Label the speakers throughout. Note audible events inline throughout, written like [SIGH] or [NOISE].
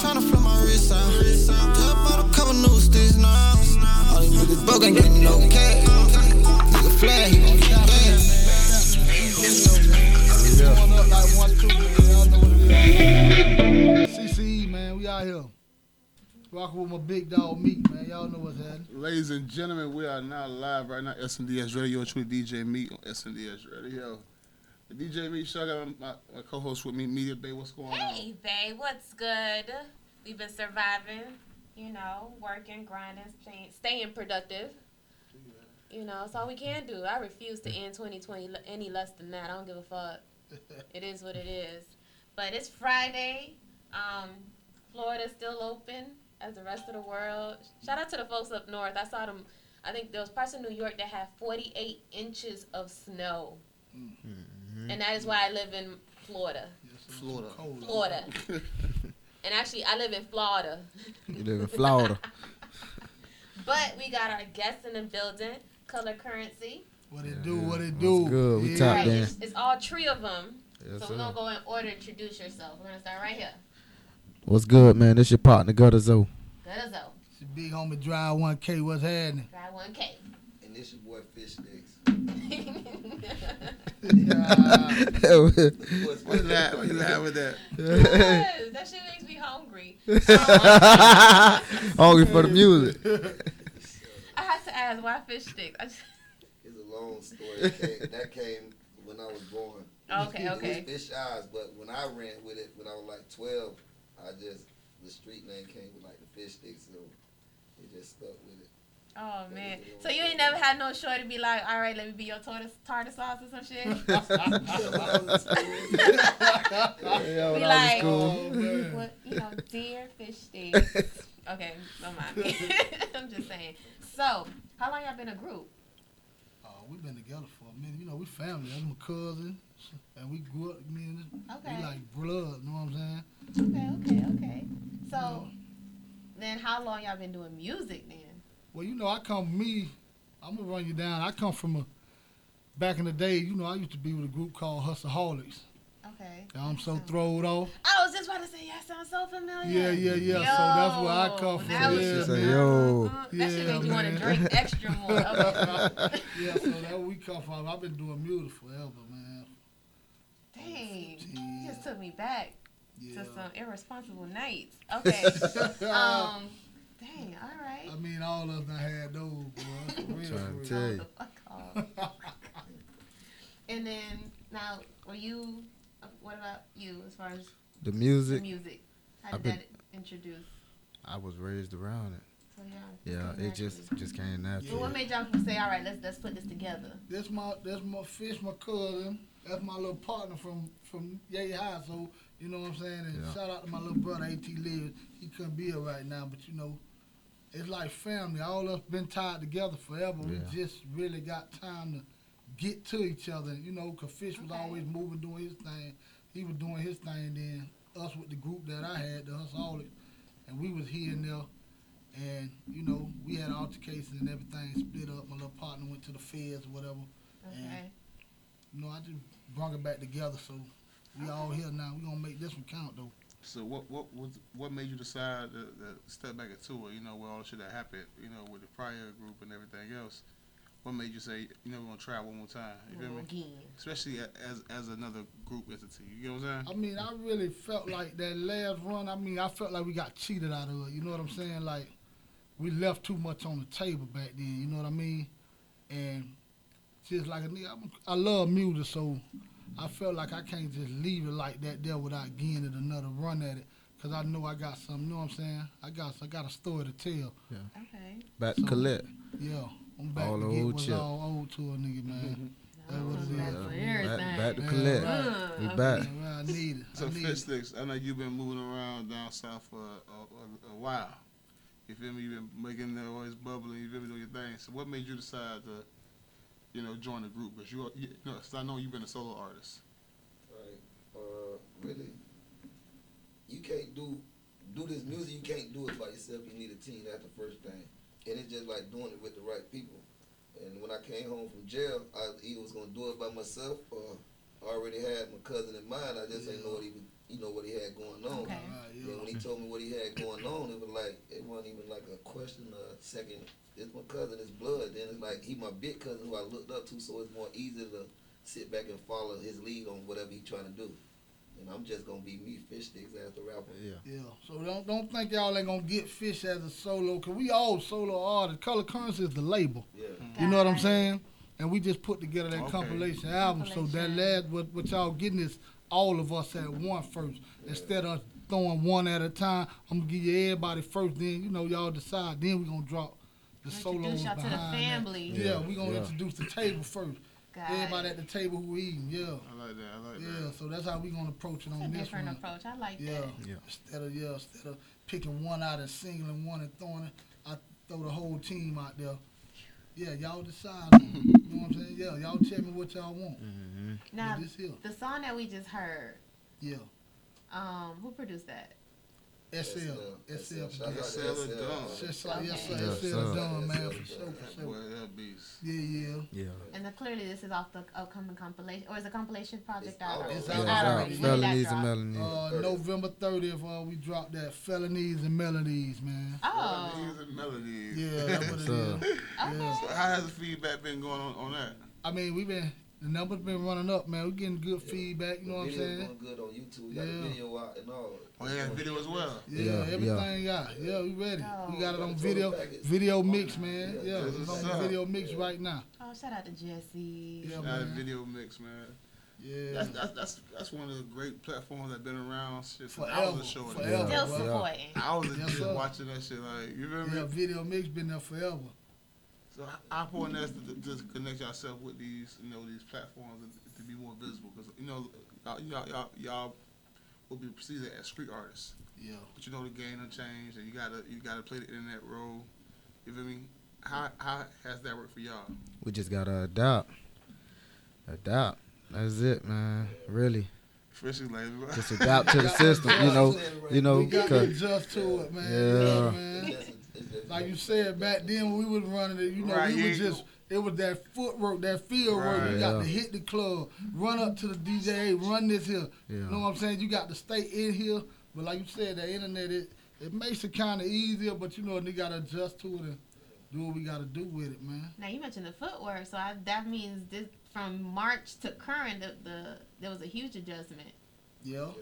Speaker 1: tryna flip my wrist out. Just bought a couple new sticks now. All these niggas broke ain't getting no cash. Nigga flag, he gon'
Speaker 2: Come on up like one, two, nigga. Y'all know what it is. CCE, man, we out here. Rocking with my big dog Meek, man. Y'all know what's happening.
Speaker 3: Ladies and gentlemen, we are now live right now. SNDS Radio, it's with DJ Meat on SNDS Radio. The DJ Meat Show, I got my, my co-host with me, Media Bay. What's going [LAUGHS] on?
Speaker 4: Hey, babe, what's good? We've been surviving, you know, working, grinding, staying, staying productive. You know, that's all we can do. I refuse to end 2020 le- any less than that. I don't give a fuck. It is what it is. But it's Friday. Um, Florida's still open as the rest of the world. Shout out to the folks up north. I saw them. I think there was parts of New York that had 48 inches of snow. And that is why I live in Florida.
Speaker 2: Yes, sir.
Speaker 3: Florida.
Speaker 2: Cold out.
Speaker 4: Florida. and actually, I live in Florida.
Speaker 5: You live in [LAUGHS] Florida.
Speaker 4: But we got our guests in the building, Color Currency.
Speaker 2: What it do, what it
Speaker 5: What's
Speaker 2: do.
Speaker 5: good? We
Speaker 2: yeah.
Speaker 5: Top
Speaker 4: Right.
Speaker 5: down.
Speaker 4: It's, it's all three of them.
Speaker 5: Yes,
Speaker 4: so
Speaker 5: sir.
Speaker 4: we're going to go in order introduce yourself. We're going to start right here.
Speaker 5: What's good, man? This your partner, Gutter [LAUGHS] Zoe.
Speaker 4: Good as though.
Speaker 2: It's your big homie Drive 1K, what's happening?
Speaker 4: Try
Speaker 5: [LAUGHS]
Speaker 4: 1K.
Speaker 6: And this your boy Fish Sticks.
Speaker 2: Yeah.
Speaker 6: What's
Speaker 3: Why you laugh? Why you laugh with that?
Speaker 4: Yes, that shit makes me hungry. Um,
Speaker 5: Hungry for the music.
Speaker 4: I have to ask, why fish sticks? I just,
Speaker 6: [LAUGHS] It's a long story. It came- that came when I was born.
Speaker 4: okay, okay.
Speaker 6: It was Fish Eyes, but when I ran with it when I was like 12, I just, the street name came with like the Fish Sticks, so it just stuck with it.
Speaker 4: Oh, man. So you ain't never had no short to be like, all right, let me be your tartar, tartar sauce or some
Speaker 5: [LAUGHS]
Speaker 4: shit?
Speaker 5: Yeah,
Speaker 4: Be
Speaker 5: when I was in
Speaker 4: like,
Speaker 2: Oh,
Speaker 5: school.
Speaker 4: what, you know, dear
Speaker 2: [LAUGHS]
Speaker 4: fish sticks. okay, don't mind me. [LAUGHS] I'm just saying. So, how long y'all been a group?
Speaker 2: Oh, we've been together for a minute. You know, we family. I'm a cousin, and we grew up. Me and this,
Speaker 4: Okay.
Speaker 2: we like blood. You know what I'm saying?
Speaker 4: Okay, okay, okay. So, then how long y'all been doing music then?
Speaker 2: Well, you know, I come me. I'm gonna run you down. I come from a back in the day. You know, I used to be with a group called Hustleholics.
Speaker 4: Okay.
Speaker 2: Now I'm so throwed off. [LAUGHS]
Speaker 4: I was just about to say, y'all sound so
Speaker 2: Yeah,
Speaker 4: familiar.
Speaker 2: yeah, yeah. so that's where I
Speaker 4: Yo,
Speaker 2: come from.
Speaker 4: That was
Speaker 2: Yeah,
Speaker 5: She say,
Speaker 4: uh,
Speaker 5: yo.
Speaker 4: uh, that shit
Speaker 2: Yeah,
Speaker 4: made you want to
Speaker 2: man.
Speaker 4: drink extra
Speaker 2: [LAUGHS]
Speaker 4: more. Okay.
Speaker 2: yeah. So that's where we come from. I've been doing music forever, man.
Speaker 4: Dang. You
Speaker 2: Yeah.
Speaker 4: just took me back
Speaker 2: Yeah.
Speaker 4: to some irresponsible nights.
Speaker 2: [LAUGHS]
Speaker 4: Okay. um, dang, all right.
Speaker 2: I mean, all of us done had those, boy. For real, for
Speaker 5: Tryna
Speaker 2: real.
Speaker 5: tell you.
Speaker 4: the [LAUGHS] fuck off. and then now, were you? uh, What about you as far as
Speaker 5: The
Speaker 4: the
Speaker 5: music,
Speaker 4: music? How
Speaker 5: I've
Speaker 4: did that introduce?
Speaker 5: I was raised around it.
Speaker 4: So yeah.
Speaker 5: Yeah, it
Speaker 4: exactly.
Speaker 5: just just came
Speaker 4: But
Speaker 5: natural.
Speaker 4: what made y'all say, all right, let's let's put this together?
Speaker 2: That's my that's my fish, my cousin. That's my little partner from from Yay High. So you know what I'm saying. And
Speaker 5: Yeah.
Speaker 2: shout out to my little brother At Lives. He couldn't be here right now, but you know, it's like family. All us been tied together forever.
Speaker 5: Yeah.
Speaker 2: We just really got time to get to each other. You know, 'cause Fish was
Speaker 4: Okay.
Speaker 2: always moving, doing his thing. He was doing his thing. Then us with the group that I had, the us all it, and we was here and there. And you know, we had altercations and everything. Split up. My little partner went to the feds, or whatever.
Speaker 4: Okay.
Speaker 2: You know, I just brought it back together. So we all here now. We gonna make this one count though.
Speaker 3: So what what was what made you decide to, to step back into it? You know, with all the shit that happened, you know, with the prior group and everything else, what made you say you know we're gonna try one more time? You feel me?
Speaker 4: Again.
Speaker 3: Especially a- as as another group entity. You know what I'm
Speaker 2: I
Speaker 3: saying?
Speaker 2: mean, I really felt like that last run. I mean, I felt like we got cheated out of it. You know what I'm saying? Like we left too much on the table back then. You know what I mean? And just like a nigga, I'm, I love music, so I felt like I can't just leave it like that there without getting it another run at it. Cause I know I got something. You know what I'm saying? I got I got a story to tell.
Speaker 4: Okay.
Speaker 5: Back to Colette.
Speaker 2: Yeah, I'm back
Speaker 5: All
Speaker 2: to
Speaker 5: old
Speaker 2: get what's
Speaker 5: chip.
Speaker 2: all old to a nigga, man. That was it.
Speaker 4: Back
Speaker 5: Yeah,
Speaker 4: to Oh,
Speaker 5: Back,
Speaker 4: everything.
Speaker 5: back to
Speaker 2: Yeah,
Speaker 5: Colette.
Speaker 4: Uh,
Speaker 5: We
Speaker 4: okay.
Speaker 5: back.
Speaker 2: Yeah, I need it.
Speaker 3: So
Speaker 2: I need
Speaker 3: fish
Speaker 2: it.
Speaker 3: sticks. I know you've been moving around down south for a, a, a while. You feel me? You've been making the always bubbling. You feel me doing your thing. So what made you decide to, you know, join the group? Because you, are- you no, 'cause I know you've been a solo artist.
Speaker 6: Like, uh, really, you can't do do this music. You can't do it by yourself. You need a team. That's the first thing. And it's just like doing it with the right people. And when I came home from jail, I either was gonna do it by myself or I already had my cousin in mind. I just didn't know what he was you know, what he had going on.
Speaker 2: All right,
Speaker 6: Then when
Speaker 2: yeah.
Speaker 6: he told me what he had going on, it was like it wasn't even like a question or a second. It's my cousin, it's blood. Then it's like he my big cousin who I looked up to, so it's more easy to sit back and follow his lead on whatever he trying to do. And I'm just gonna be me, fish sticks as the rapper.
Speaker 5: Yeah.
Speaker 2: Yeah, so don't don't think y'all ain't gonna get fish as a solo, cause we all solo artists. Color Currency is the label.
Speaker 6: Yeah.
Speaker 2: You know what I'm saying? And we just put together that
Speaker 3: Okay.
Speaker 2: compilation album. So that
Speaker 7: Compilation.
Speaker 2: lad, what, what y'all getting is all of us at one first, instead of throwing one at a time. I'm gonna give you everybody first, then you know y'all decide. Then we gonna drop the solo
Speaker 4: Introduce y'all
Speaker 2: behind
Speaker 4: to the
Speaker 2: that.
Speaker 4: family.
Speaker 2: Yeah,
Speaker 5: Yeah,
Speaker 2: we gonna
Speaker 5: yeah.
Speaker 2: introduce the table first.
Speaker 4: Got
Speaker 2: everybody
Speaker 4: it.
Speaker 2: at the table who eating. Yeah,
Speaker 3: I like that. I like
Speaker 2: yeah. So that's how we gonna approach it on
Speaker 4: It's a
Speaker 2: this
Speaker 4: different
Speaker 2: one.
Speaker 4: approach. I like
Speaker 2: Yeah.
Speaker 4: that.
Speaker 5: Yeah.
Speaker 2: Instead of yeah, instead of picking one out and singling one and throwing it, I throw the whole team out there. Yeah, y'all decide. you know what I'm saying? Yeah, y'all tell me what y'all want.
Speaker 5: Mm-hmm.
Speaker 4: Now,
Speaker 2: But this here,
Speaker 4: the song that we just heard,
Speaker 2: yeah.
Speaker 4: um, who produced that?
Speaker 2: SL, SL.
Speaker 6: SL. Shout out
Speaker 2: yeah.
Speaker 6: to
Speaker 3: SL
Speaker 6: SL.
Speaker 3: done.
Speaker 2: Just like yes, sir.
Speaker 4: Okay.
Speaker 5: Yeah,
Speaker 2: SL
Speaker 5: sir.
Speaker 2: done, man, for
Speaker 6: Yeah.
Speaker 2: sure,
Speaker 3: that.
Speaker 2: for
Speaker 3: That boy,
Speaker 2: sure.
Speaker 3: that beast.
Speaker 2: Yeah, yeah.
Speaker 5: Yeah.
Speaker 4: And then clearly this is off the upcoming compilation, or is the compilation project
Speaker 6: It's
Speaker 4: out?
Speaker 6: out.
Speaker 4: already?
Speaker 2: It's
Speaker 5: Yeah,
Speaker 2: out
Speaker 5: it's
Speaker 2: already.
Speaker 5: out.
Speaker 4: When did that
Speaker 5: Felonies and
Speaker 4: drop?
Speaker 5: melonies.
Speaker 2: Uh,
Speaker 6: Thirtieth.
Speaker 2: November 30th, uh, we dropped that Felonies and Melodies, man.
Speaker 4: Oh,
Speaker 3: Melodies and melodies.
Speaker 2: Yeah, that's what it
Speaker 5: So-
Speaker 2: is.
Speaker 4: okay.
Speaker 3: So [LAUGHS] how has the feedback been going on on that?
Speaker 2: I mean, we've been, the numbers been running up, man. We're getting good
Speaker 6: Yeah.
Speaker 2: feedback, you know what I'm
Speaker 6: Video's
Speaker 2: saying?
Speaker 6: going good on YouTube. We got
Speaker 2: Yeah.
Speaker 6: the video out and all.
Speaker 3: Oh, yeah, the video as well.
Speaker 2: Yeah,
Speaker 5: Yeah,
Speaker 2: everything yeah. out. Yeah, we ready. we got it on video,
Speaker 6: Package.
Speaker 2: video mix, man.
Speaker 6: Yeah,
Speaker 2: Yeah,
Speaker 3: this
Speaker 2: it's
Speaker 3: is
Speaker 2: on
Speaker 3: up.
Speaker 2: video mix
Speaker 6: Yeah.
Speaker 2: right now.
Speaker 4: Oh, shout out to Jesse.
Speaker 2: Yeah,
Speaker 3: That
Speaker 2: man.
Speaker 3: video mix, man.
Speaker 2: Yeah,
Speaker 3: That's, that's that's that's one of the great platforms that's been around shit since I
Speaker 2: forever,
Speaker 3: was a short.
Speaker 2: forever.
Speaker 4: Still
Speaker 2: bro.
Speaker 4: supporting.
Speaker 3: I was
Speaker 2: Yes,
Speaker 3: just
Speaker 2: sir.
Speaker 3: watching that shit like you feel me?
Speaker 2: Yeah, video mix been there forever.
Speaker 3: So I I point us to just connect yourself with these you know these platforms and to be more visible because you know y'all y'all, y'all, y'all will be perceived as street artists.
Speaker 2: Yeah,
Speaker 3: But you know the game done changed, and you gotta you gotta play the internet role. You feel me? How how has that worked for y'all?
Speaker 5: We just gotta adapt. Adapt. That's it, man. Really.
Speaker 3: Especially like
Speaker 5: Just adapt to the system. You know. You
Speaker 2: we
Speaker 5: know.
Speaker 2: got to
Speaker 5: 'cause-
Speaker 2: adjust to it, man.
Speaker 5: Yeah.
Speaker 2: man.
Speaker 6: It's just- it's just-
Speaker 2: Like you said, back then when we was running it, you know,
Speaker 3: Right,
Speaker 2: we
Speaker 3: you
Speaker 2: was
Speaker 3: ain't-
Speaker 2: just it was that footwork, that field work. You
Speaker 5: Right.
Speaker 2: got
Speaker 5: Yeah.
Speaker 2: to hit the club, run up to the DJ, hey, run this here. You
Speaker 5: Yeah.
Speaker 2: know what I'm saying? You got to stay in here. But like you said, the internet it it makes it kind of easier, but you know, they got to adjust to it and do what we got to do with it, man.
Speaker 4: Now you mentioned the footwork, so I, that means this from March to current, the, the there was a huge adjustment.
Speaker 2: Yeah, [LAUGHS]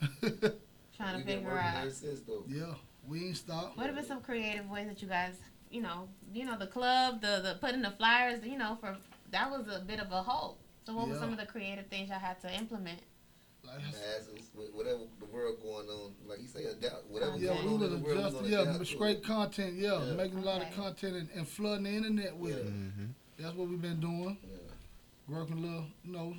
Speaker 6: Yeah.
Speaker 4: Trying
Speaker 6: We've
Speaker 4: to
Speaker 6: been
Speaker 4: figure
Speaker 6: working
Speaker 4: out
Speaker 6: ever since, though.
Speaker 2: yeah, we ain't stop.
Speaker 4: what have been some creative ways that you guys, you know, you know the club, the the putting the flyers, you know, for that was a bit of a hope. So what were
Speaker 2: Yeah.
Speaker 4: some of the creative things y'all had to implement?
Speaker 2: Like I said,
Speaker 6: Masses, wh- whatever the world going on, like you say, adapt. Whatever
Speaker 2: yeah,
Speaker 6: going
Speaker 2: we
Speaker 6: on
Speaker 2: was
Speaker 6: in the world, we
Speaker 2: adjusting.
Speaker 6: gonna
Speaker 2: Yeah,
Speaker 6: adapt to it.
Speaker 2: straight content. Yeah,
Speaker 6: Yeah.
Speaker 2: making a lot of
Speaker 4: Okay.
Speaker 2: content and, and flooding the internet with it.
Speaker 5: Mhm.
Speaker 2: That's what we've been doing.
Speaker 6: Yeah.
Speaker 2: working a little, you know,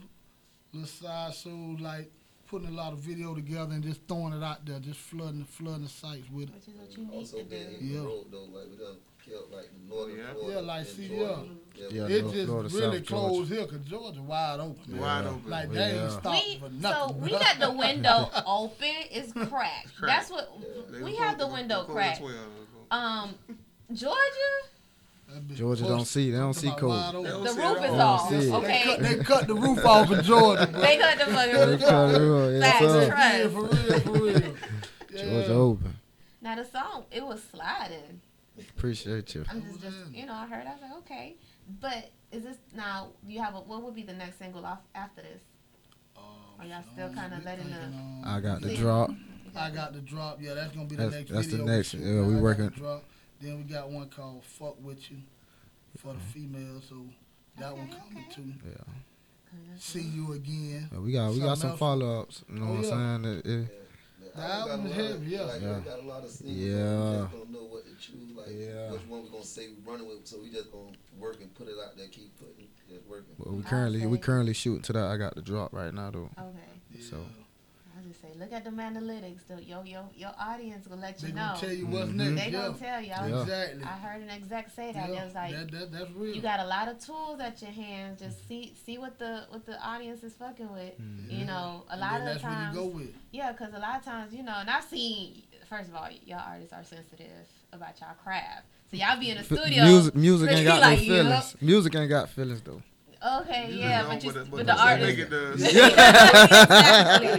Speaker 2: little side shows, like putting a lot of video together and just throwing it out there, just flooding, flooding the sites with it.
Speaker 4: Which is what you need
Speaker 6: Also
Speaker 4: to do.
Speaker 6: being in
Speaker 2: Yeah.
Speaker 6: the road though, like we done killed like the northern
Speaker 3: Yeah.
Speaker 6: Florida
Speaker 2: Yeah, like,
Speaker 6: and
Speaker 2: see,
Speaker 6: Georgia.
Speaker 5: Yeah,
Speaker 2: it
Speaker 5: North-
Speaker 2: just
Speaker 5: North and
Speaker 2: really
Speaker 5: South
Speaker 2: closed
Speaker 5: Georgia.
Speaker 2: here because Georgia wide open.
Speaker 3: wide open.
Speaker 2: Like
Speaker 5: Yeah.
Speaker 2: they ain't stopped
Speaker 4: We,
Speaker 2: for
Speaker 4: so
Speaker 2: nothing.
Speaker 4: we
Speaker 2: bruh.
Speaker 4: got the
Speaker 2: [LAUGHS]
Speaker 4: window open. It's cracked.
Speaker 3: Cracked.
Speaker 4: That's what
Speaker 3: [LAUGHS] They
Speaker 4: we
Speaker 3: was
Speaker 4: have the
Speaker 3: closed- they
Speaker 4: window
Speaker 3: was closed at
Speaker 4: cracked.
Speaker 3: 12.
Speaker 4: Um, Georgia,
Speaker 2: That bitch
Speaker 5: Georgia don't
Speaker 2: pushed
Speaker 5: see. They don't
Speaker 2: to
Speaker 5: see
Speaker 2: my wide
Speaker 5: code.
Speaker 3: They
Speaker 2: open.
Speaker 3: don't
Speaker 4: the
Speaker 3: see
Speaker 4: roof
Speaker 3: it
Speaker 4: is
Speaker 3: all.
Speaker 4: off.
Speaker 5: They cut-
Speaker 2: They cut,
Speaker 4: Okay,
Speaker 2: they cut the roof off of Georgia, bro.
Speaker 4: they got the fucking
Speaker 5: They
Speaker 4: roof
Speaker 5: cut
Speaker 4: off.
Speaker 5: it off. Yeah,
Speaker 4: Facts.
Speaker 5: so-
Speaker 4: Right.
Speaker 2: yeah, for real, for real. Yeah.
Speaker 5: Georgia open.
Speaker 4: Now the song, it was sliding.
Speaker 5: Appreciate you.
Speaker 4: I'm
Speaker 2: Oh,
Speaker 4: just, just
Speaker 2: man.
Speaker 4: you know, I heard. I was like, okay, but is this now? You have a what would be the next single off after this? Are y'all still kinda letting the-
Speaker 2: um,
Speaker 5: I got the
Speaker 4: Yeah.
Speaker 5: drop.
Speaker 2: I got the drop. Yeah, that's gonna be the
Speaker 5: That's-
Speaker 2: next.
Speaker 5: that's the
Speaker 2: video
Speaker 5: next.
Speaker 2: shoot.
Speaker 5: Yeah, we
Speaker 2: I got
Speaker 5: working-
Speaker 2: the drop. Then we got one called "Fuck with You" for the
Speaker 5: Mm-hmm.
Speaker 2: female. So that one
Speaker 4: Okay,
Speaker 2: coming
Speaker 4: okay.
Speaker 2: too.
Speaker 5: Yeah.
Speaker 2: See you again.
Speaker 5: Yeah, we got we got
Speaker 2: Something
Speaker 5: some
Speaker 2: else.
Speaker 5: follow ups. You know
Speaker 2: Oh,
Speaker 5: what
Speaker 2: yeah.
Speaker 5: I'm saying? It- it-
Speaker 6: The
Speaker 2: The
Speaker 6: album
Speaker 2: album
Speaker 6: got
Speaker 2: is
Speaker 6: a lot of-
Speaker 2: heavy, yeah.
Speaker 6: Like
Speaker 5: Yeah.
Speaker 6: we got a lot of singles.
Speaker 5: Yeah.
Speaker 6: We just don't know what to choose. Like
Speaker 5: Yeah.
Speaker 6: which one we gonna say we running with. So we just gonna work and put it out there. Keep putting, just working.
Speaker 5: well, we
Speaker 4: I'll
Speaker 5: currently we
Speaker 4: say-
Speaker 5: currently shooting to that. I got the drop right now though.
Speaker 4: Okay,
Speaker 2: Yeah.
Speaker 5: So
Speaker 4: I was just say, look at the analytics. The, yo, yo, your audience gonna let
Speaker 2: they
Speaker 4: you
Speaker 2: gonna
Speaker 4: know.
Speaker 2: tell you what's
Speaker 5: Mhm.
Speaker 2: next.
Speaker 4: they
Speaker 2: yeah.
Speaker 4: gonna tell you. I,
Speaker 5: Yeah.
Speaker 4: was,
Speaker 2: Exactly.
Speaker 4: I heard an exec say that.
Speaker 2: Yeah.
Speaker 4: It was like,
Speaker 2: that, that, that's real.
Speaker 4: you got a lot of tools at your hands. Just see, see what the what the audience is fucking with. You
Speaker 5: Mm-hmm.
Speaker 2: Yeah.
Speaker 4: know, a
Speaker 2: And
Speaker 4: lot
Speaker 2: then
Speaker 4: of
Speaker 2: that's what
Speaker 4: times.
Speaker 2: you go with.
Speaker 4: Yeah, because a lot of times, you know, and I've seen, first of all, y'all artists are sensitive about y'all craft. So y'all be in the
Speaker 5: F-
Speaker 4: studio.
Speaker 5: [LAUGHS] music music ain't got
Speaker 4: like,
Speaker 5: no
Speaker 4: yup.
Speaker 5: feelings. Music ain't got feelings though.
Speaker 4: Okay,
Speaker 3: You
Speaker 4: yeah,
Speaker 3: know,
Speaker 4: but, you,
Speaker 3: it-
Speaker 4: [LAUGHS]
Speaker 3: [LAUGHS]
Speaker 4: but the
Speaker 3: they make
Speaker 4: artist.
Speaker 3: it the-
Speaker 4: Exactly.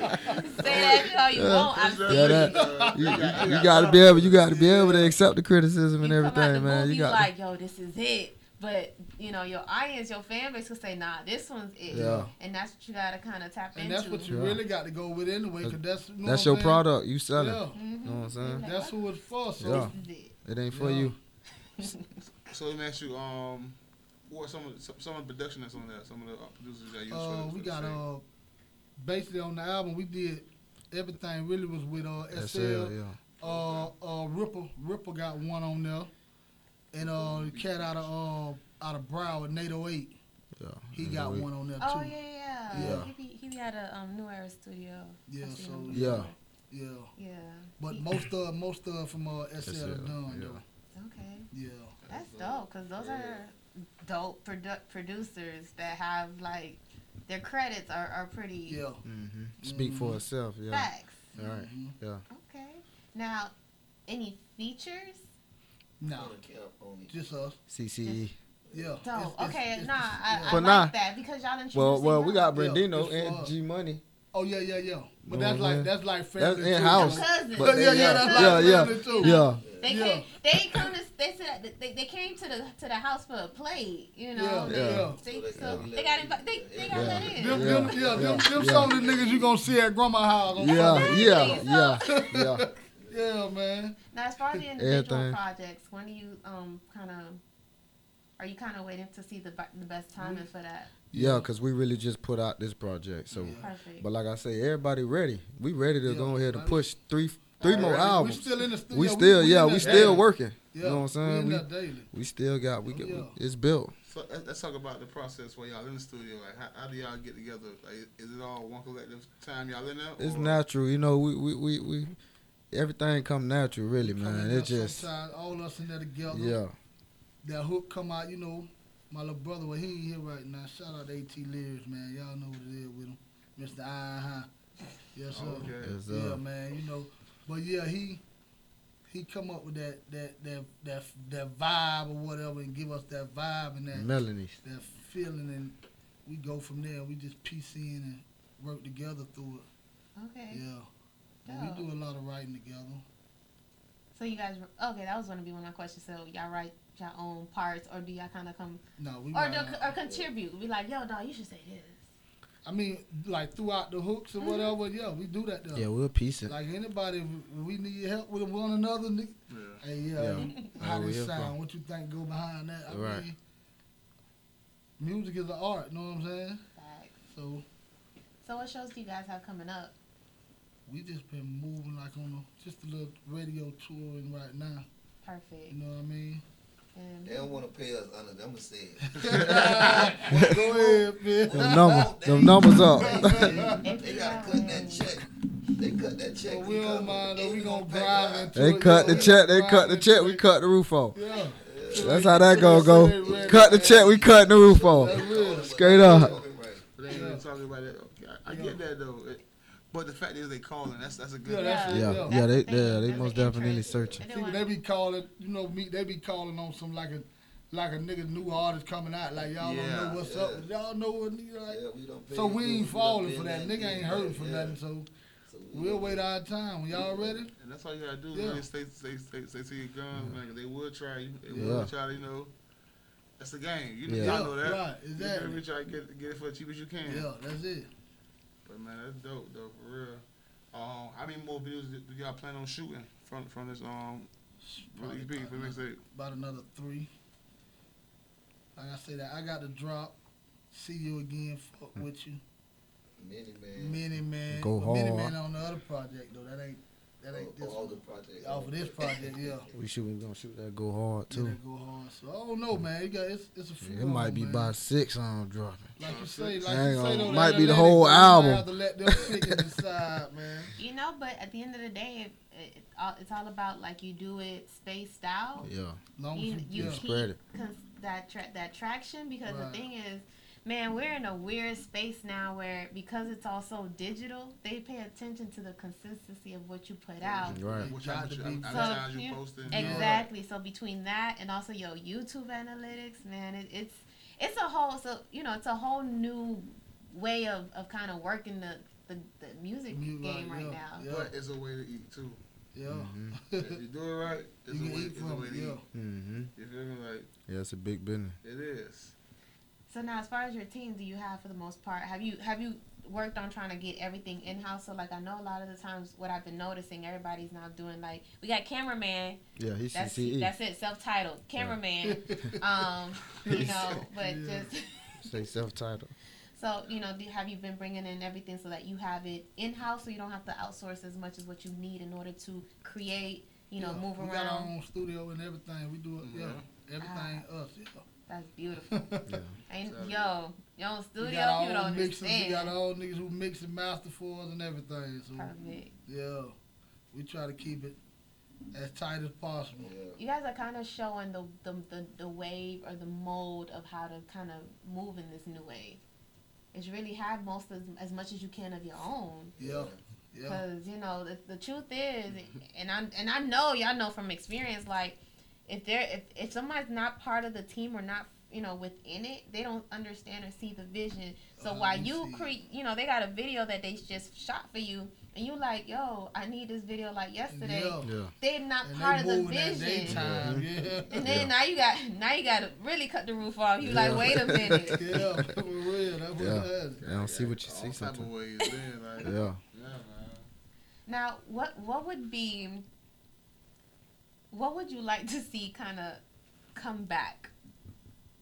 Speaker 2: [LAUGHS]
Speaker 7: Say that if all you want. I'm
Speaker 3: Yeah,
Speaker 7: serious.
Speaker 3: [LAUGHS]
Speaker 5: that-
Speaker 3: Uh,
Speaker 5: You,
Speaker 3: they got- they
Speaker 5: you
Speaker 3: got
Speaker 5: gotta be able, you gotta be able to accept the criticism and
Speaker 4: You come out the
Speaker 5: everything, man.
Speaker 4: movie,
Speaker 5: You got,
Speaker 4: like, yo, this is it. But you know, your audience, your fan base could say, nah, this one's it.
Speaker 5: Yeah.
Speaker 4: And that's what you gotta kind of tap
Speaker 2: And
Speaker 4: into.
Speaker 2: that's what you
Speaker 5: Yeah.
Speaker 2: really got to go with anyway, because that's you know what
Speaker 5: that's your
Speaker 2: I'm saying?
Speaker 5: product. You selling.
Speaker 2: Yeah,
Speaker 4: Mhm.
Speaker 5: You know what I'm saying?
Speaker 2: that's who it's for. So
Speaker 5: Yeah.
Speaker 4: This is it.
Speaker 5: It ain't for
Speaker 2: Yeah.
Speaker 5: you.
Speaker 3: So let me ask you, um, what are some of the, some, some of the production that's on that? Some of the uh, producers that you use
Speaker 2: uh,
Speaker 3: for the-
Speaker 2: we
Speaker 3: for the
Speaker 2: got
Speaker 3: singing?
Speaker 2: uh, basically on the album we did everything. Really was with uh,
Speaker 5: That's
Speaker 2: SL.
Speaker 5: it. Yeah.
Speaker 2: Uh, uh, Ripple, Ripple got one on there, and uh, the cat out of uh, out of Broward, NATO Eight,
Speaker 5: yeah.
Speaker 2: he
Speaker 5: And
Speaker 2: got
Speaker 5: we-
Speaker 2: one on there too.
Speaker 4: Oh yeah, yeah.
Speaker 2: Yeah.
Speaker 4: He be he be at a um, New Era studio.
Speaker 2: Yeah,
Speaker 4: I see
Speaker 2: so-
Speaker 4: him.
Speaker 5: Yeah.
Speaker 2: Yeah,
Speaker 4: Yeah.
Speaker 2: but
Speaker 4: He-
Speaker 2: most uh, most uh, from uh, SL,
Speaker 5: SL,
Speaker 2: are done
Speaker 5: yeah.
Speaker 2: though.
Speaker 4: Okay.
Speaker 2: Yeah,
Speaker 4: That's dope, cause those
Speaker 6: Yeah.
Speaker 4: are dope produ- producers that have like their credits are, are pretty
Speaker 2: yeah.
Speaker 5: hmm Speak for itself. Yeah.
Speaker 4: facts.
Speaker 5: All right.
Speaker 2: Mhm.
Speaker 5: Yeah.
Speaker 4: Okay. Now, any features?
Speaker 2: Nah,
Speaker 6: On the camp, on it.
Speaker 2: just us.
Speaker 5: CCE.
Speaker 2: Yeah.
Speaker 4: Dope.
Speaker 2: it's- it's-
Speaker 4: Oh, okay.
Speaker 2: it's-
Speaker 4: nah, I, I
Speaker 5: But
Speaker 4: like
Speaker 5: nah.
Speaker 4: that because y'all didn't.
Speaker 5: Well, well, we got
Speaker 2: Yeah,
Speaker 5: Brandino
Speaker 2: it's for
Speaker 5: and
Speaker 2: us. [LAUGHS]
Speaker 5: G Money.
Speaker 2: Oh yeah, yeah, yeah. But
Speaker 5: Know
Speaker 2: that's
Speaker 5: what I'm
Speaker 2: like
Speaker 5: saying?
Speaker 2: that's like
Speaker 5: That's
Speaker 2: family too.
Speaker 5: in-house.
Speaker 4: Cousins.
Speaker 5: But
Speaker 2: yeah,
Speaker 5: they,
Speaker 2: yeah,
Speaker 5: yeah,
Speaker 2: that's
Speaker 5: yeah,
Speaker 2: like
Speaker 5: yeah,
Speaker 2: family too.
Speaker 5: yeah.
Speaker 4: They
Speaker 2: Yeah.
Speaker 4: came. They come to. They said that they, they came to the to the house for a play. You know.
Speaker 2: Yeah,
Speaker 4: They,
Speaker 2: yeah.
Speaker 4: They,
Speaker 6: Yeah.
Speaker 4: so they got invited. They, they got
Speaker 5: Yeah.
Speaker 4: let in.
Speaker 2: Them,
Speaker 5: Yeah,
Speaker 2: them, yeah, them,
Speaker 5: yeah,
Speaker 2: them
Speaker 5: yeah.
Speaker 2: some of the niggas you gonna see at grandma house. on-
Speaker 5: Yeah, yeah,
Speaker 4: Exactly.
Speaker 5: yeah,
Speaker 2: [LAUGHS]
Speaker 5: yeah.
Speaker 2: yeah, man.
Speaker 4: Now, as far
Speaker 5: [LAUGHS]
Speaker 4: as the individual
Speaker 5: Everything.
Speaker 4: projects, when do you um kind of are you kind of waiting to see the bu- the best timing for that?
Speaker 5: Yeah, cause we really just put out this project. So,
Speaker 4: Perfect.
Speaker 5: Uh, but like I say, everybody ready. We ready to
Speaker 2: Yeah,
Speaker 5: go ahead and
Speaker 2: ready.
Speaker 5: push three, three more
Speaker 2: Already,
Speaker 5: albums.
Speaker 2: We still in the studio.
Speaker 5: We still, yeah,
Speaker 2: in
Speaker 5: we
Speaker 2: there
Speaker 5: still
Speaker 2: daily.
Speaker 5: working.
Speaker 2: Yeah,
Speaker 5: You know what I'm
Speaker 2: We in
Speaker 5: saying? We,
Speaker 2: there daily.
Speaker 5: we still got, we get,
Speaker 2: Oh, Yeah.
Speaker 5: it's built.
Speaker 3: So let- let's talk about the process while y'all in the studio. Like, how, how do y'all get together? Like, is it all one collective time y'all in there?
Speaker 5: It's
Speaker 2: Oh.
Speaker 3: or-
Speaker 5: natural, you know. We, we, we, we everything come natural, really,
Speaker 2: Come in
Speaker 5: man.
Speaker 2: there
Speaker 5: It just,
Speaker 2: sometime, all us in there together.
Speaker 5: yeah,
Speaker 2: That hook come out, you know. My little brother, well, he ain't here right now. Shout out to AT Lyrics, man. Y'all know what it is with him, Mr. I High. Yes, sir.
Speaker 3: Oh, okay.
Speaker 5: it's,
Speaker 2: Yeah,
Speaker 5: uh,
Speaker 2: man. You know, but yeah, he he come up with that that that that that vibe or whatever, and give us that vibe and that
Speaker 5: Melanie.
Speaker 2: that feeling, and we go from there. We just piece in and work together through
Speaker 4: okay.
Speaker 2: it. Yeah. But We do a lot of writing together.
Speaker 4: So you guys, okay, that was going to be one of my questions. So y'all write your own parts, or do y'all kind of come,
Speaker 2: No, we.
Speaker 4: or
Speaker 2: write
Speaker 4: do,
Speaker 2: our-
Speaker 4: or contribute? Be like, yo, dog, you should say this.
Speaker 2: I mean, like throughout the hooks or whatever. Yeah, we do that. Though.
Speaker 5: Yeah, we'll piece it.
Speaker 2: Like anybody, if we need help with one another. ni-
Speaker 3: Yeah.
Speaker 2: Hey, yeah, how
Speaker 5: Oh, we
Speaker 2: this
Speaker 5: here
Speaker 2: sound?
Speaker 5: for-
Speaker 2: What you think go behind that? I
Speaker 5: Right.
Speaker 2: mean, music is an art. Know what I'm saying?
Speaker 4: Facts.
Speaker 2: So
Speaker 4: So what shows do you guys have coming up?
Speaker 2: we just been moving like on a, just a little radio touring right now. You
Speaker 4: Perfect.
Speaker 2: know what I mean?
Speaker 4: And
Speaker 6: They don't want to pay us, honestly. I'm going to say
Speaker 2: [LAUGHS]
Speaker 6: it.
Speaker 2: Go ahead, man.
Speaker 5: Them numbers, them numbers up.
Speaker 6: They,
Speaker 4: If you
Speaker 6: got to
Speaker 4: don't-
Speaker 6: cut that check. They cut that check.
Speaker 2: Well, we don't
Speaker 6: covered.
Speaker 2: mind though.
Speaker 6: Ain't
Speaker 2: We gonna
Speaker 6: no pay
Speaker 2: drive
Speaker 6: us.
Speaker 2: into
Speaker 5: They
Speaker 2: it.
Speaker 5: cut the
Speaker 2: Yeah,
Speaker 5: check. They
Speaker 2: drive
Speaker 5: cut the
Speaker 2: into
Speaker 5: check. We
Speaker 2: it.
Speaker 5: cut the roof off.
Speaker 2: Yeah.
Speaker 5: That's how that go go. Cut the check. We cut the roof
Speaker 2: That's
Speaker 5: off.
Speaker 2: real.
Speaker 5: Straight up.
Speaker 3: But they ain't even talking about that. Okay, I, I get that though. It- but the fact is they calling. That's that's a good.
Speaker 2: Yeah, that's it.
Speaker 5: Yeah,
Speaker 2: Yeah.
Speaker 5: yeah. They,
Speaker 4: That's the
Speaker 5: yeah, they
Speaker 4: thing.
Speaker 5: most
Speaker 4: That's the
Speaker 5: definitely
Speaker 4: interest.
Speaker 5: searching.
Speaker 4: I
Speaker 2: See,
Speaker 4: didn't
Speaker 2: when
Speaker 4: want-
Speaker 2: they be calling, you know, me, they be calling on some like a, like a nigga new artist coming out. Like y'all
Speaker 3: Yeah,
Speaker 2: don't know what's
Speaker 6: yeah.
Speaker 2: up. Y'all know what nigga like.
Speaker 6: Yeah, we don't pay
Speaker 2: So
Speaker 6: you
Speaker 2: we
Speaker 6: dues,
Speaker 2: ain't
Speaker 6: don't
Speaker 2: falling
Speaker 6: pay
Speaker 2: for that.
Speaker 6: nothing.
Speaker 2: Nigga ain't hurting for
Speaker 6: Yeah.
Speaker 2: nothing. So
Speaker 6: So we
Speaker 2: we'll
Speaker 6: don't-
Speaker 2: wait our time. When y'all ready?
Speaker 3: And that's all you gotta do.
Speaker 2: Yeah.
Speaker 3: Really stay, stay, stay, stay to your guns, man. 'cause They will try you. They
Speaker 5: Yeah.
Speaker 3: will try to, you know. That's the game. You know,
Speaker 5: Yeah.
Speaker 3: y'all know that.
Speaker 2: Right.
Speaker 3: You
Speaker 2: Exactly.
Speaker 3: try to get get it for as cheap as you can.
Speaker 2: Yeah. That's it.
Speaker 3: But man, that's dope though, for real. Um, how many more videos do do y'all plan on shooting from from this um
Speaker 2: Probably
Speaker 3: EP for the
Speaker 2: about,
Speaker 3: next eight?
Speaker 2: about another three. Like I say that I got to drop. See you again. Fuck with you.
Speaker 6: Many man.
Speaker 2: Mini Man.
Speaker 5: Go
Speaker 2: but Mini
Speaker 5: hard.
Speaker 2: Man on the other project though. That ain't that ain't
Speaker 6: Oh,
Speaker 2: this
Speaker 6: all
Speaker 2: one.
Speaker 6: the project.
Speaker 2: off of this project,
Speaker 3: [LAUGHS]
Speaker 2: yeah.
Speaker 5: We shoot. We gonna shoot that go hard
Speaker 2: Yeah,
Speaker 5: too.
Speaker 2: they go hard. So I don't know, man. You got it's it's a few.
Speaker 5: Mm. It might be
Speaker 2: man.
Speaker 5: by six. I'm dropping.
Speaker 2: like you say, like
Speaker 5: Hang
Speaker 2: you
Speaker 5: on.
Speaker 2: say though.
Speaker 5: Might
Speaker 2: that
Speaker 5: be the
Speaker 2: Atlantic,
Speaker 5: whole
Speaker 2: you might
Speaker 5: album.
Speaker 2: Have to let
Speaker 5: [LAUGHS]
Speaker 2: them pick and decide, man.
Speaker 4: You know, but at the end of the day, it, it, it all, it's all about like you do it spaced out.
Speaker 5: Yeah,
Speaker 2: Long as
Speaker 4: you,
Speaker 2: you,
Speaker 4: you
Speaker 2: yeah.
Speaker 4: keep
Speaker 5: Spread it.
Speaker 4: cons- that tra- that traction because
Speaker 2: Right.
Speaker 4: the thing is, man, we're in a weird space now where because it's all so digital, they pay attention to the consistency of what you put out.
Speaker 5: right.
Speaker 3: What y'all
Speaker 2: So,
Speaker 3: how many times
Speaker 4: you-
Speaker 3: you posting?
Speaker 4: Exactly. So between that and also your YouTube analytics, man, it, it's it's a whole so you know it's a whole new way of, of kind of working the the, the music
Speaker 2: Music,
Speaker 4: game
Speaker 2: right,
Speaker 4: right
Speaker 2: yeah,
Speaker 4: now.
Speaker 2: yeah.
Speaker 3: But it's a way to eat too.
Speaker 2: Yeah.
Speaker 3: [LAUGHS]
Speaker 5: Mhm.
Speaker 2: [LAUGHS]
Speaker 3: If you do it right, it's
Speaker 2: you
Speaker 3: a way,
Speaker 2: can eat
Speaker 3: it's a
Speaker 2: from
Speaker 3: way
Speaker 2: it.
Speaker 3: to
Speaker 2: Yeah.
Speaker 3: eat.
Speaker 5: Mm-hmm.
Speaker 3: You feel me? Like
Speaker 5: Yeah, it's a big business.
Speaker 3: it is.
Speaker 4: So now, as far as your team, do you have for the most part? Have you have you worked on trying to get everything in house? So like, I know a lot of the times what I've been noticing, everybody's now doing like we got cameraman.
Speaker 5: Yeah, he's
Speaker 4: That's
Speaker 2: E.
Speaker 5: CCE.
Speaker 4: that's it, self titled cameraman.
Speaker 2: [LAUGHS]
Speaker 4: um, you know, but
Speaker 2: Yeah.
Speaker 4: just
Speaker 5: Say self-titled.
Speaker 4: so you know, do, have you been bringing in everything so that you have it in house, so you don't have to outsource as much as what you need in order to create? You
Speaker 2: [LAUGHS]
Speaker 4: know,
Speaker 2: Yeah.
Speaker 4: move
Speaker 2: We got our
Speaker 4: around. Uh,
Speaker 2: own studio and everything. We do it. Yeah.
Speaker 3: Mm-hmm.
Speaker 2: Everything us. Yeah.
Speaker 4: That's
Speaker 2: [LAUGHS]
Speaker 4: beautiful.
Speaker 5: Yeah.
Speaker 4: And
Speaker 3: Exactly.
Speaker 4: yo, your own
Speaker 2: we
Speaker 4: studio,
Speaker 2: got
Speaker 4: people
Speaker 2: our
Speaker 4: don't
Speaker 2: own mixers. We got
Speaker 4: understand.
Speaker 2: our own niggas who mix and master for us and everything. So
Speaker 4: Perfect.
Speaker 2: yeah, we try to keep it as tight as possible.
Speaker 6: Yeah.
Speaker 4: You guys are kind of showing the, the, the, the wave or the mold of how to kind of move in this new wave. Is really have most of, as much as you can of your own.
Speaker 2: Yeah. Yeah. Mm-hmm.
Speaker 4: Cause you know the, the truth is, and I and I know y'all know from experience, like if they're if, if somebody's not part of the team or not you know within it, they don't understand or see the vision. So
Speaker 2: Uh,
Speaker 4: while
Speaker 2: you
Speaker 4: you
Speaker 2: see.
Speaker 4: create, you know they got a video that they just shot for you, and you like, yo, I need this video like yesterday.
Speaker 2: Yeah.
Speaker 5: Yeah.
Speaker 4: They're not
Speaker 2: And
Speaker 4: part
Speaker 2: they
Speaker 4: of the
Speaker 2: moving at they
Speaker 4: vision.
Speaker 2: time. Yeah.
Speaker 4: [LAUGHS] And then
Speaker 5: Yeah.
Speaker 4: now you got now you got to really cut the roof off. You like,
Speaker 5: Yeah.
Speaker 4: wait
Speaker 5: [LAUGHS]
Speaker 4: a
Speaker 2: [LAUGHS]
Speaker 4: minute.
Speaker 2: yeah. For real. That's what
Speaker 5: Yeah.
Speaker 2: it is.
Speaker 5: I don't see what you
Speaker 3: All
Speaker 5: see
Speaker 3: type
Speaker 5: sometimes.
Speaker 3: of ways then. Like yeah.
Speaker 5: [LAUGHS] Yeah.
Speaker 3: man.
Speaker 4: Now, what what would be what would you like to see kind of come back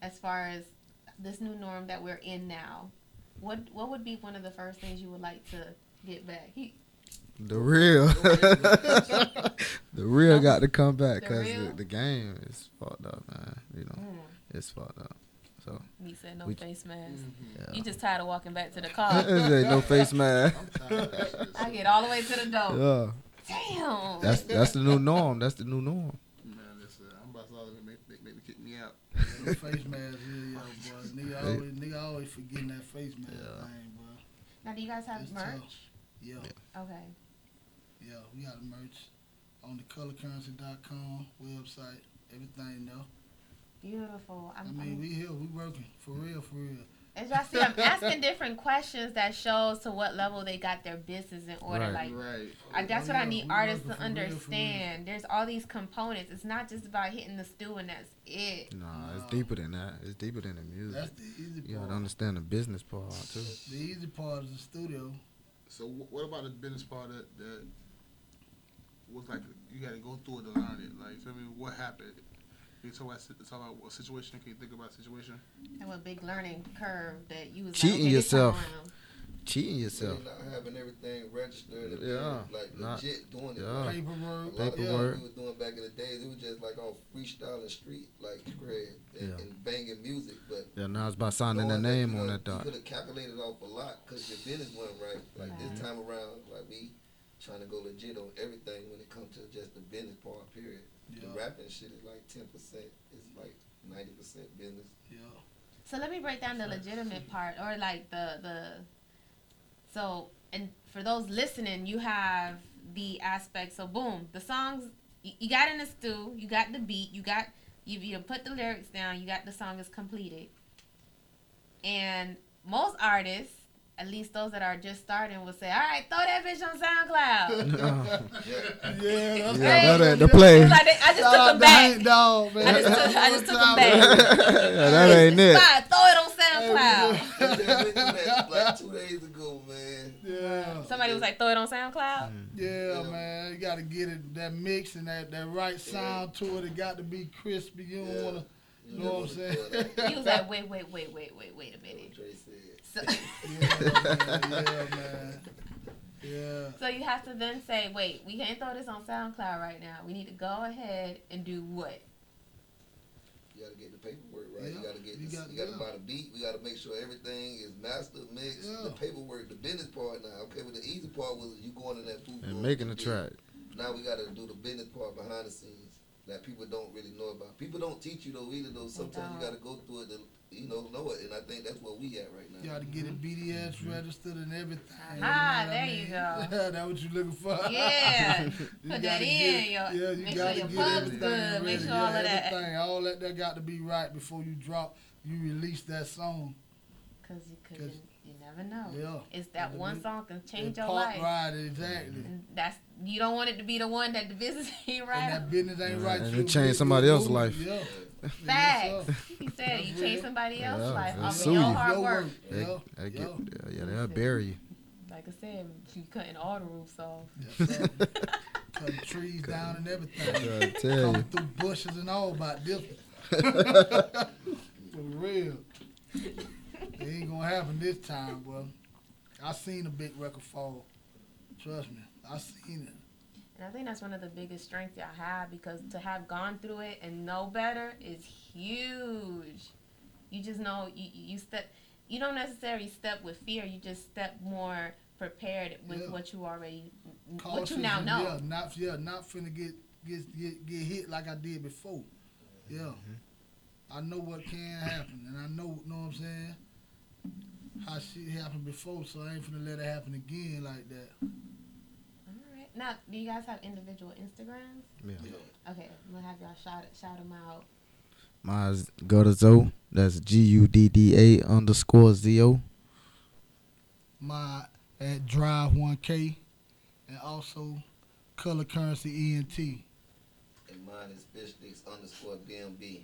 Speaker 4: as far as this new norm that we're in now? What what would be one of the first things you would like to get back? He,
Speaker 5: The real. [LAUGHS] the real got to come back
Speaker 4: The
Speaker 5: because the,
Speaker 4: real?
Speaker 5: the, game is fucked up, man. You know,
Speaker 4: mm,
Speaker 5: it's fucked up. So,
Speaker 7: Me said no
Speaker 5: We- Mm.
Speaker 7: face mask.
Speaker 3: Mm-hmm.
Speaker 5: yeah. [LAUGHS]
Speaker 7: You just tired of walking back to the car.
Speaker 5: This ain't no face mask.
Speaker 3: I'm tired of that shit.
Speaker 4: I get all the way to the door.
Speaker 5: Yeah.
Speaker 4: Damn.
Speaker 5: That's that's the new norm. That's the new norm.
Speaker 3: Man, listen, I'm about to let make, make, make me kick me out.
Speaker 2: The face mask. Yeah, yeah, boy. Nigga
Speaker 5: Hey.
Speaker 2: always, nigga always forgetting that face mask
Speaker 5: Yeah.
Speaker 2: thing, boy.
Speaker 4: now, do you guys have
Speaker 2: It's
Speaker 4: merch?
Speaker 2: tough. Yeah.
Speaker 4: Okay.
Speaker 2: Yeah, we got the merch on the colorcurrency.com website. Everything though.
Speaker 4: Beautiful.
Speaker 2: I
Speaker 4: I'm,
Speaker 2: mean, we here, we working for real, for real.
Speaker 4: As y'all see, I'm asking different questions that shows to what level they got their business in order.
Speaker 5: Right.
Speaker 4: Like,
Speaker 3: Right.
Speaker 4: I, that's what I
Speaker 2: Oh, Yeah,
Speaker 4: need
Speaker 2: we
Speaker 4: artists
Speaker 2: working
Speaker 4: to
Speaker 2: for real, for real.
Speaker 4: understand. There's all these components. It's not just about hitting the stew and that's it.
Speaker 5: Nah, it's
Speaker 2: Nah.
Speaker 5: deeper than that. It's deeper than the music.
Speaker 2: That's the easy
Speaker 5: You
Speaker 2: part.
Speaker 5: gotta understand the business part too.
Speaker 2: the easy part is the studio.
Speaker 3: So wh- what about the business part that that was like you got to go through it to learn it? Like, feel me? What happened? You talk about si- talk about what situation? Can you think about situation?
Speaker 4: That was a big learning curve that you was
Speaker 5: Cheating
Speaker 4: like, okay, this time
Speaker 5: yourself.
Speaker 4: around.
Speaker 5: Cheating yourself.
Speaker 6: Really not having everything registered. And
Speaker 5: Yeah,
Speaker 6: Like
Speaker 5: not-
Speaker 6: legit doing it.
Speaker 5: yeah.
Speaker 6: Like, a
Speaker 2: Paperwork.
Speaker 6: lot of
Speaker 5: Paperwork.
Speaker 6: what we was doing back in the days, it was just like on freestyling street, like spread and,
Speaker 5: Yeah.
Speaker 6: and banging music, but.
Speaker 5: Yeah, now it's by signing the
Speaker 6: knowing
Speaker 5: name
Speaker 6: you
Speaker 5: on
Speaker 6: know,
Speaker 4: [LAUGHS]
Speaker 5: that dot.
Speaker 6: You could have calculated off a lot because your business wasn't right. Like this time around, like we trying to go legit on everything when it comes to just the business part. Period.
Speaker 2: Yeah,
Speaker 6: The rapping shit is like ten percent. It's like ninety percent business.
Speaker 2: yeah.
Speaker 4: So let me break down the legitimate part or like the the so and for those listening, you have the aspect. So boom, the songs you, you got in the stew, you got the beat, you got you you put the lyrics down, you got the song is completed. And most artists, at least those that are just starting, will say, "All right, throw that bitch on SoundCloud."
Speaker 6: [LAUGHS] Yeah.
Speaker 2: Yeah, that's
Speaker 5: [LAUGHS] Yeah,
Speaker 4: Hey,
Speaker 5: that ain't the play.
Speaker 4: It's like they- I just took them back.
Speaker 2: Hank Dog, man.
Speaker 4: I just took, I just took them
Speaker 5: yeah,
Speaker 4: back.
Speaker 5: [LAUGHS] that ain't it.
Speaker 4: Fine, throw it on SoundCloud.
Speaker 6: We just went through that, like two days ago, man.
Speaker 2: Yeah,
Speaker 7: Somebody was like, throw it on SoundCloud.
Speaker 2: yeah,
Speaker 6: Yeah.
Speaker 2: man. You gotta get it that mix and that, that right sound to it. It got to be crispy. You don't
Speaker 6: Yeah.
Speaker 2: wanna,
Speaker 6: You
Speaker 2: know what I'm
Speaker 6: just wanna throw it
Speaker 2: saying?
Speaker 6: out.
Speaker 4: He was like, wait, wait, wait, wait, wait, wait a
Speaker 6: What [LAUGHS]
Speaker 4: minute.
Speaker 6: Dre said.
Speaker 4: So,
Speaker 2: yeah, man, yeah, man. Yeah.
Speaker 4: so you have to then say, wait, we can't throw this on SoundCloud right now. We need to go ahead and do what?
Speaker 6: You gotta get the paperwork right.
Speaker 2: Yeah,
Speaker 6: You gotta get
Speaker 2: you
Speaker 6: this,
Speaker 2: got-
Speaker 6: you gotta
Speaker 2: yeah.
Speaker 6: buy the beat. We gotta make sure everything is mastered, mixed.
Speaker 2: Yeah.
Speaker 6: The paperwork, the business part now. Okay, well the easy part was you going in that food
Speaker 5: And making the track.
Speaker 6: Now we gotta do the business part behind the scenes that people don't really know about. People don't teach you though either though. Sometimes you
Speaker 4: don't.
Speaker 6: gotta go through it to you know know it, and I think that's where we at right now.
Speaker 2: You got to get it BDS registered and everything.
Speaker 4: Ah,
Speaker 2: what
Speaker 4: there you go.
Speaker 2: Yeah, [LAUGHS] that what you looking for.
Speaker 4: Yeah.
Speaker 2: [LAUGHS] You
Speaker 4: Put that
Speaker 2: gotta
Speaker 4: in. Your,
Speaker 2: Yeah, you
Speaker 4: make sure
Speaker 2: gotta
Speaker 4: your
Speaker 2: get
Speaker 4: pub's
Speaker 2: everything
Speaker 4: good. Make
Speaker 2: ready.
Speaker 4: sure
Speaker 2: yeah,
Speaker 4: all of that.
Speaker 2: everything, all that, that got to be right before you drop, you release that song.
Speaker 4: Because you
Speaker 2: Cause
Speaker 4: couldn't, you never know.
Speaker 2: Yeah.
Speaker 4: It's that
Speaker 2: And
Speaker 4: one
Speaker 2: we-
Speaker 4: song can
Speaker 2: And
Speaker 4: Oh. change your
Speaker 2: park
Speaker 4: life.
Speaker 2: ride, exactly.
Speaker 4: And That's you don't want it to be the one that the [LAUGHS] business ain't
Speaker 2: And
Speaker 4: right.
Speaker 2: that business ain't
Speaker 5: Yeah,
Speaker 2: right.
Speaker 5: and it
Speaker 2: you
Speaker 5: changed
Speaker 2: get
Speaker 5: somebody
Speaker 2: this
Speaker 5: else's
Speaker 2: movie,
Speaker 5: life.
Speaker 2: Yeah.
Speaker 4: Facts.
Speaker 2: Yeah,
Speaker 4: He said you change somebody else's
Speaker 5: Yeah,
Speaker 4: life
Speaker 5: they'll
Speaker 4: off of
Speaker 5: sue
Speaker 4: your
Speaker 5: you.
Speaker 4: hard
Speaker 2: Your
Speaker 4: work.
Speaker 2: work.
Speaker 5: They,
Speaker 2: Yeah,
Speaker 5: they get,
Speaker 2: yeah.
Speaker 5: yeah, yeah, they'll bury you.
Speaker 4: Like I said, you cutting all the roofs off.
Speaker 2: yeah. So,
Speaker 5: [LAUGHS]
Speaker 2: Cutting trees down and everything.
Speaker 5: I tell
Speaker 2: Coming
Speaker 5: you.
Speaker 2: through bushes and all about this. For real. It ain't gonna happen this time, bro. I seen a big record fall. Trust me. I seen it.
Speaker 4: And I think that's one of the biggest strengths y'all have because to have gone through it and know better is huge. You just know you, you step. You don't necessarily step with fear. You just step more prepared with
Speaker 2: Yeah.
Speaker 4: what you already, what
Speaker 2: Cautious
Speaker 4: you now
Speaker 2: and,
Speaker 4: know.
Speaker 2: Yeah, not yeah, not finna get get get, get hit like I did before. Yeah. I know what can happen and I know know what I'm saying? How shit happened before, so I ain't finna let it happen again like that.
Speaker 4: All right. Now, do you guys have individual Instagrams?
Speaker 5: [LAUGHS] Yeah.
Speaker 4: Okay, I'm gonna have y'all shout shout them out.
Speaker 5: Mine's go to Zo. That's G U D D A underscore Z O.
Speaker 2: my at Drive One K, and also Color Currency E ENT.
Speaker 6: And mine is fish sticks underscore
Speaker 2: [LAUGHS]
Speaker 6: DMB.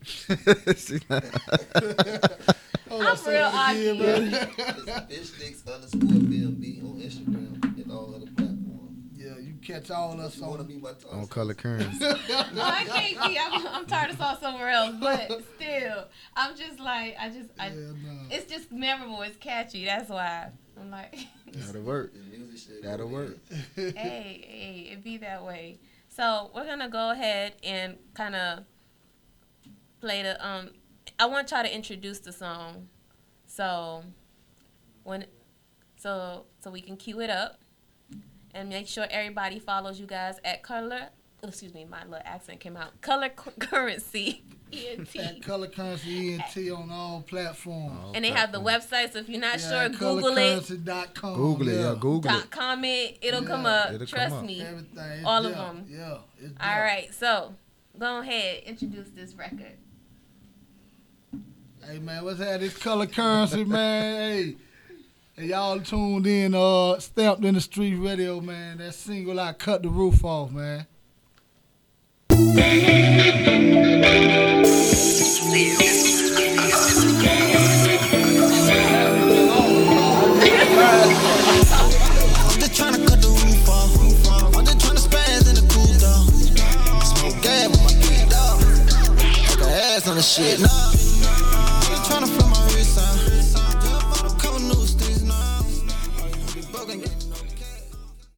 Speaker 2: Oh,
Speaker 4: I'm real [LAUGHS]
Speaker 2: again,
Speaker 4: artsy.
Speaker 2: man.
Speaker 6: It's fish sticks underscore DMB on Instagram and all other platforms.
Speaker 2: Yeah, you catch all
Speaker 6: If
Speaker 2: us
Speaker 6: you want to be
Speaker 2: on.
Speaker 6: my top
Speaker 5: On color currency.
Speaker 4: No, I can't be. I'm, I'm tired of saw somewhere else,
Speaker 2: [LAUGHS]
Speaker 4: but still, I'm just like I just
Speaker 2: Yeah,
Speaker 4: I.
Speaker 2: nah.
Speaker 4: It's just memorable. It's catchy. That's why I'm like, [LAUGHS]
Speaker 5: That'll work.
Speaker 6: This music shit.
Speaker 5: That'll work.
Speaker 4: [LAUGHS] hey, hey, it be that way. So we're gonna go ahead and kind of play the um. I want y'all to introduce the song, so when so so we can cue it up, and make sure everybody follows you guys at color. oh, Excuse me, my little accent came out. Color Cur- [LAUGHS] currency.
Speaker 2: [LAUGHS]
Speaker 4: ENT.
Speaker 2: At Color Currency ENT on all platforms.
Speaker 4: And they have the website, so if you're not sure, Google it,
Speaker 2: colorcurrency.com.
Speaker 5: Google it. Yeah, Google it.
Speaker 4: dot comment, it'll come
Speaker 2: Yeah,
Speaker 4: up.
Speaker 5: it'll come
Speaker 4: Trust
Speaker 5: up.
Speaker 4: me.
Speaker 2: Everything. It's
Speaker 4: All
Speaker 2: there.
Speaker 4: of them.
Speaker 2: Yeah. It's
Speaker 4: All
Speaker 2: there.
Speaker 4: right, so go ahead, introduce this record.
Speaker 2: Hey man, what's that? It's color currency, [LAUGHS] man. Hey. Hey, y'all tuned in, uh, stamped in the street radio, man. That single I cut the roof off, man.
Speaker 1: I'm just tryna cut the roof off. I'm just tryna spaz in the cool down. Smoke gas with my feet up. Put her ass on the shit. Nah. I'm just tryna flip my wrist out. Couple new sticks now. All these niggas bugging, getting no